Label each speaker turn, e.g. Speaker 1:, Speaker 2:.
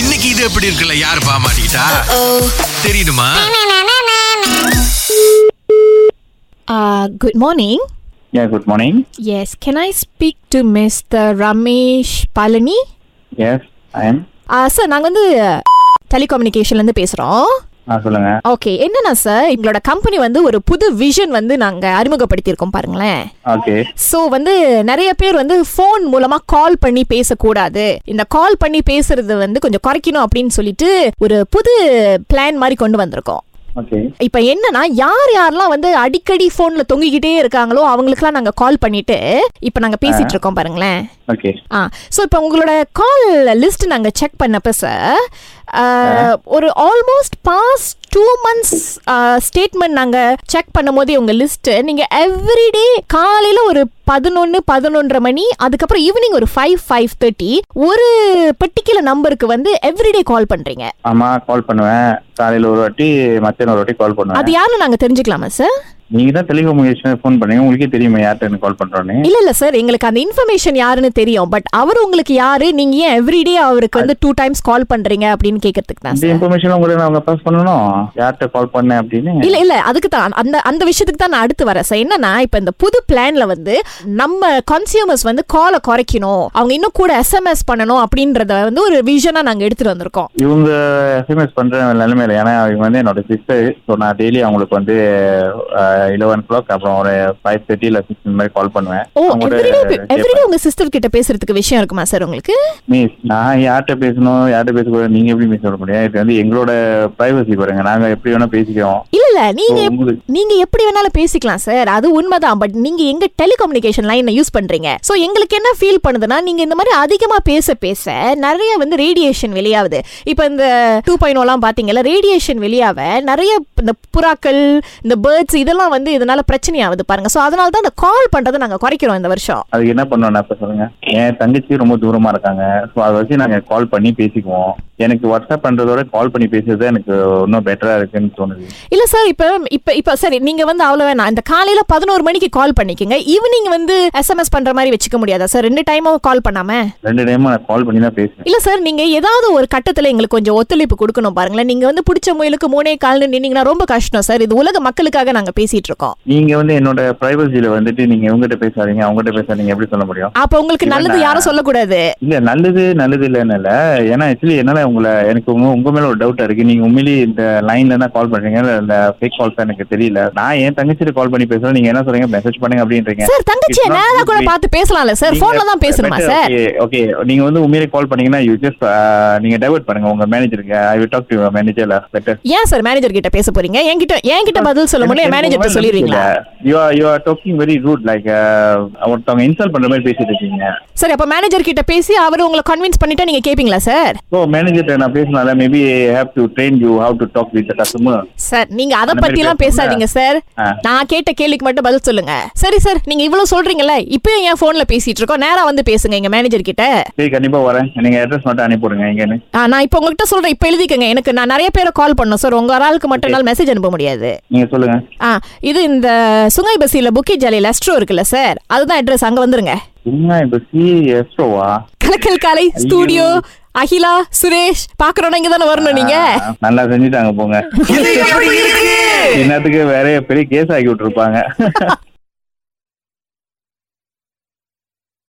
Speaker 1: இன்னைக்கு இது எப்படி இருக்குல்ல யாரு பாமாட்டா தெரியுமா
Speaker 2: Uh, good morning.
Speaker 3: Yeah, good morning.
Speaker 2: Yes, can I speak to Mr. Ramesh Palani?
Speaker 3: Yes, I am.
Speaker 2: Uh, sir நாங்கள் வந்து டெலிகம்யூனிகேஷன்லேருந்து பேசுகிறோம்
Speaker 3: ஆ சொல்லுங்க
Speaker 2: ஓகே என்னன்னா சார் எங்களோட கம்பெனி வந்து ஒரு புது விஷன் வந்து நாங்கள் அறிமுகப்படுத்தியிருக்கோம் பாருங்களேன்
Speaker 3: ஓகே
Speaker 2: ஸோ வந்து நிறைய பேர் வந்து ஃபோன் மூலமா கால் பண்ணி பேசக்கூடாது இந்த கால் பண்ணி பேசுறது வந்து கொஞ்சம் குறைக்கணும் அப்படின்னு சொல்லிட்டு ஒரு புது பிளான் மாதிரி கொண்டு வந்திருக்கோம்
Speaker 3: ஓகே
Speaker 2: இப்போ என்னன்னா யார் யாரெல்லாம் வந்து அடிக்கடி ஃபோன்ல தொங்கிக்கிட்டே இருக்காங்களோ அவங்களுக்குலாம் நாங்க கால் பண்ணிட்டு இப்போ நாங்க பேசிட்டு இருக்கோம் பாருங்களேன்
Speaker 3: ஓகே
Speaker 2: ஆ ஸோ இப்போ உங்களோட கால் லிஸ்ட் நாங்க செக் பண்ணப்ப சார் ஒரு almost past two months statement நாங்க செக் பண்ணும்போதே உங்க லிஸ்ட் நீங்க எவ்ரிடே காலையில ஒரு பதினொன்று பதினொன்றரை மணி அதுக்கப்புறம் ஈவினிங் ஒரு ஃபைவ் ஃபைவ் தேர்ட்டி ஒரு பர்டிகுலர் நம்பருக்கு வந்து எவ்ரிடே கால் பண்றீங்க
Speaker 3: ஆமா கால் பண்ணுவேன் காலையில ஒரு வாட்டி மத்தியானம் ஒரு வாட்டி கால்
Speaker 2: அது
Speaker 3: பண்ணுவேன்
Speaker 2: யாரும் நாங்க தெரிஞ்சுக்கலாமா சார்
Speaker 3: நீங்க தான் டெலிகம்யூனிகேஷன் ஃபோன் பண்ணீங்க உங்களுக்கே தெரியுமா யார்கிட்ட கால் பண்றோன்னு
Speaker 2: இல்ல இல்ல சார் எங்களுக்கு அந்த இன்ஃபர்மேஷன் யாருன்னு தெரியும் பட் அவர் உங்களுக்கு யாரு நீங்க ஏன் எவ்ரிடே அவருக்கு வந்து டூ டைம்ஸ் கால் பண்றீங்க அப்படின்னு கேக்குறதுக்கு தான்
Speaker 3: இந்த
Speaker 2: சார்
Speaker 3: இன்ஃபர்மேஷன் உங்களுக்கு நான் அவங்க பாஸ் பண்ணணும் யார்கிட்ட கால் பண்ணேன் அப்படின்னு
Speaker 2: இல்ல இல்ல அதுக்கு தான் அந்த அந்த விஷயத்துக்கு தான் நான் அடுத்து வரேன் சார் என்னன்னா இப்ப இந்த புது பிளான்ல வந்து நம்ம கன்சியூமர்ஸ் வந்து காலை குறைக்கணும் அவங்க இன்னும் கூட எஸ்எம்எஸ் பண்ணணும் அப்படின்றத வந்து ஒரு விஷனா நாங்க எடுத்துட்டு வந்திருக்கோம்
Speaker 3: இவங்க எஸ்எம்எஸ் பண்ற நிலைமையில ஏன்னா இவங்க வந்து என்னோட சிஸ்டர் ஸோ நான் டெய்லி அவங்களுக்கு வந்து இலவன் கிளாக் அப்புறம் ஒரு ஃபைவ் தேர்ட்டி இல்லை சிக்ஸ் இந்த மாதிரி கால் பண்ணுவேன்
Speaker 2: ஓ
Speaker 3: அவங்களோட
Speaker 2: எவ்ரிடே
Speaker 3: கேட்பேன்.
Speaker 2: எவ்ரிடே உங்க சிஸ்டர் கிட்ட பேசுறதுக்கு விஷயம் இருக்குமா சார் உங்களுக்கு
Speaker 3: மிஸ் நான் யார்கிட்ட பேசணும் யார்கிட்ட பேசக்கூடாது நீங்க எப்படி மிஸ் சொல்ல முடியும் இது வந்து எங்களோட பிரைவசி பாருங்க நாங்க எப்படி வேணா பேசிக்கிறோம்
Speaker 2: இல்ல இல்ல நீங்க
Speaker 3: So,
Speaker 2: எப்-
Speaker 3: உங்களுக்கு-
Speaker 2: நீங்க எப்படி வேணாலும் பேசிக்கலாம் சார் அது உண்மைதான் பட் நீங்க எங்க டெலிகம்யூனிகேஷன் லைனை யூஸ் பண்றீங்க சோ எங்களுக்கு என்ன ஃபீல் பண்ணுதுன்னா நீங்க இந்த மாதிரி அதிகமா பேச பேச நிறைய வந்து ரேடியேஷன் வெளியாகுது இப்போ இந்த டூ பாயிண்ட் பாத்தீங்கல்ல ரேடியேஷன் வெளியாவ நிறைய இந்த புறாக்கள் இந்த பேர்ட்ஸ் இதெல்லாம் வந்து இதனால பிரச்சனையாகுது பாருங்க சோ அதனால தான் இந்த கால் பண்றதை நாங்க குறைக்கிறோம் இந்த வருஷம்
Speaker 3: அதுக்கு என்ன பண்ணணும் இப்ப சொல்லுங்க என் தங்கச்சி ரொம்ப தூரமா இருக்காங்க ஸோ அதை வச்சு நாங்க கால் பண்ணி பேசிக்குவோம் எனக்கு வாட்ஸ்அப் பண்றதோட கால் பண்ணி பேசுறது எனக்கு இன்னும் பெட்டரா இருக்குன்னு தோணுது
Speaker 2: இல்ல சார் இப்போ இப்போ இப்போ சரி நீங்க வந்து அவ்வளோ வேணாம் இந்த காலையில பதினோரு மணிக்கு கால் பண்ணிக்கோங்க ஈவினிங் வந்து எஸ்எம்எஸ் பண்ற மாதிரி வச்சுக்க முடியாதா சார் ரெண்டு டைமும் கால் பண்ணாம
Speaker 3: ரெண்டு டைமும் நான் கால் பண்ணி தான் பேசுவேன்
Speaker 2: இல்ல சார் நீங்க ஏதாவது ஒரு கட்டத்துல எங்களுக்கு கொஞ்சம் ஒத்துழைப்பு கொடுக்கணும் பாருங்களேன் நீங்க வந்து பிடிச்ச முயலுக்கு மூணே கால்னு நின்னீங்கன்னா ரொம்ப கஷ்டம் சார் இது உலக மக்களுக்காக நாங்க பேசிட்டு இருக்கோம்
Speaker 3: நீங்க வந்து என்னோட பிரைவசியில வந்துட்டு நீங்க இவங்ககிட்ட பேசாதீங்க அவங்ககிட்ட பேசாதீங்க எப்படி சொல்ல முடியும்
Speaker 2: அப்ப உங்களுக்கு நல்லது யாரும் சொல்லக்கூடாது
Speaker 3: இல்ல நல்லது நல்லது இல்லைன்னு இல்ல ஏன்னா ஆக்சுவலி என்னால உங்களை எனக்கு உங்க உங்க மேல ஒரு டவுட்டா இருக்கு நீங்க உண்மையிலேயே இந்த லைன்ல தான் கால் பண்றீங்க இல்ல இந்த ஃபேக் கால்ஸ் எனக்கு தெரியல நான் என் தங்கச்சிட்டு கால் பண்ணி பேசுறேன் நீங்க என்ன சொல்றீங்க மெசேஜ் பண்ணுங்க அப்படின்றீங்க
Speaker 2: சார் தங்கச்சியை
Speaker 3: It's not
Speaker 2: நேரா கூட
Speaker 3: good.
Speaker 2: பார்த்து பேசலாம்ல சார் போன்ல தான் பேசணுமா சார்
Speaker 3: ஓகே நீங்க வந்து உண்மையிலே கால் பண்ணீங்கன்னா யூ ஜஸ்ட் நீங்க டைவர்ட் பண்ணுங்க உங்க மேனேஜருக்கு I will talk to manager better
Speaker 2: ஏன் சார் மேனேஜர் கிட்ட பேச போறீங்க என்கிட்ட என்கிட்ட பதில் சொல்ல முடியல மேனேஜர் சொல்லிடுவீங்களா
Speaker 3: you are you are talking very rude like uh, ஒருத்தவங்க இன்சல்ட் பண்ற மாதிரி பேசிட்டு இருக்கீங்க
Speaker 2: சரி அப்ப மேனேஜர் கிட்ட பேசி அவர் உங்களை கன்வின்ஸ் பண்ணிட்டா நீங்க கேப்பீங்களா சார்
Speaker 3: ஸோ மேனேஜர்கிட்ட நான் பேசினால maybe have to train you how to talk with customer
Speaker 2: sir நீங்க அத
Speaker 3: அந்த மாதிரி
Speaker 2: பத்தி எல்லாம் பேசாதீங்க சார்
Speaker 3: ஆ.
Speaker 2: நான் கேட்ட கேள்விக்கு மட்டும் பதில் சொல்லுங்க சரி சார் நீங்க இவ்வளவு சொல்றீங்கல்ல இப்பயும் ஏன் போன்ல பேசிட்டு இருக்கோம் நேரா வந்து பேசுங்க எங்க மேனேஜர் கிட்ட
Speaker 3: சரி கண்டிப்பா வரேன் நீங்க அட்ரஸ் மட்டும் அனுப்பிவிடுங்க எங்கன்னு
Speaker 2: ஆ, நான் இப்போ உங்ககிட்ட சொல்றேன் இப்போ எழுதிக்கங்க எனக்கு நான் நிறைய பேரை கால் பண்ணோம் சார் உங்க ஒரு ஆளுக்கு மட்டும் என்னால் மெசேஜ் அனுப்ப முடியாது
Speaker 3: நீங்க சொல்லுங்க
Speaker 2: ஆ இது இந்த சுங்கை பசியில் புக்கி ஜாலியில் அஸ்ட்ரோ இருக்குல்ல சார் அதுதான் அட்ரஸ் அங்கே வந்துருங்க
Speaker 3: என்ன இப்ப சி எஸ்ரோவா
Speaker 2: கலக்கல் காலை ஸ்டூடியோ அகிலா சுரேஷ் பார்க்குறோன்னா இங்கே தானே வரணும் நீங்க
Speaker 3: நல்லா செஞ்சுட்டாங்க போங்க என்னத்துக்கு வேற பெரிய கேஸ் ஆக்கி விட்டுருப்பாங்க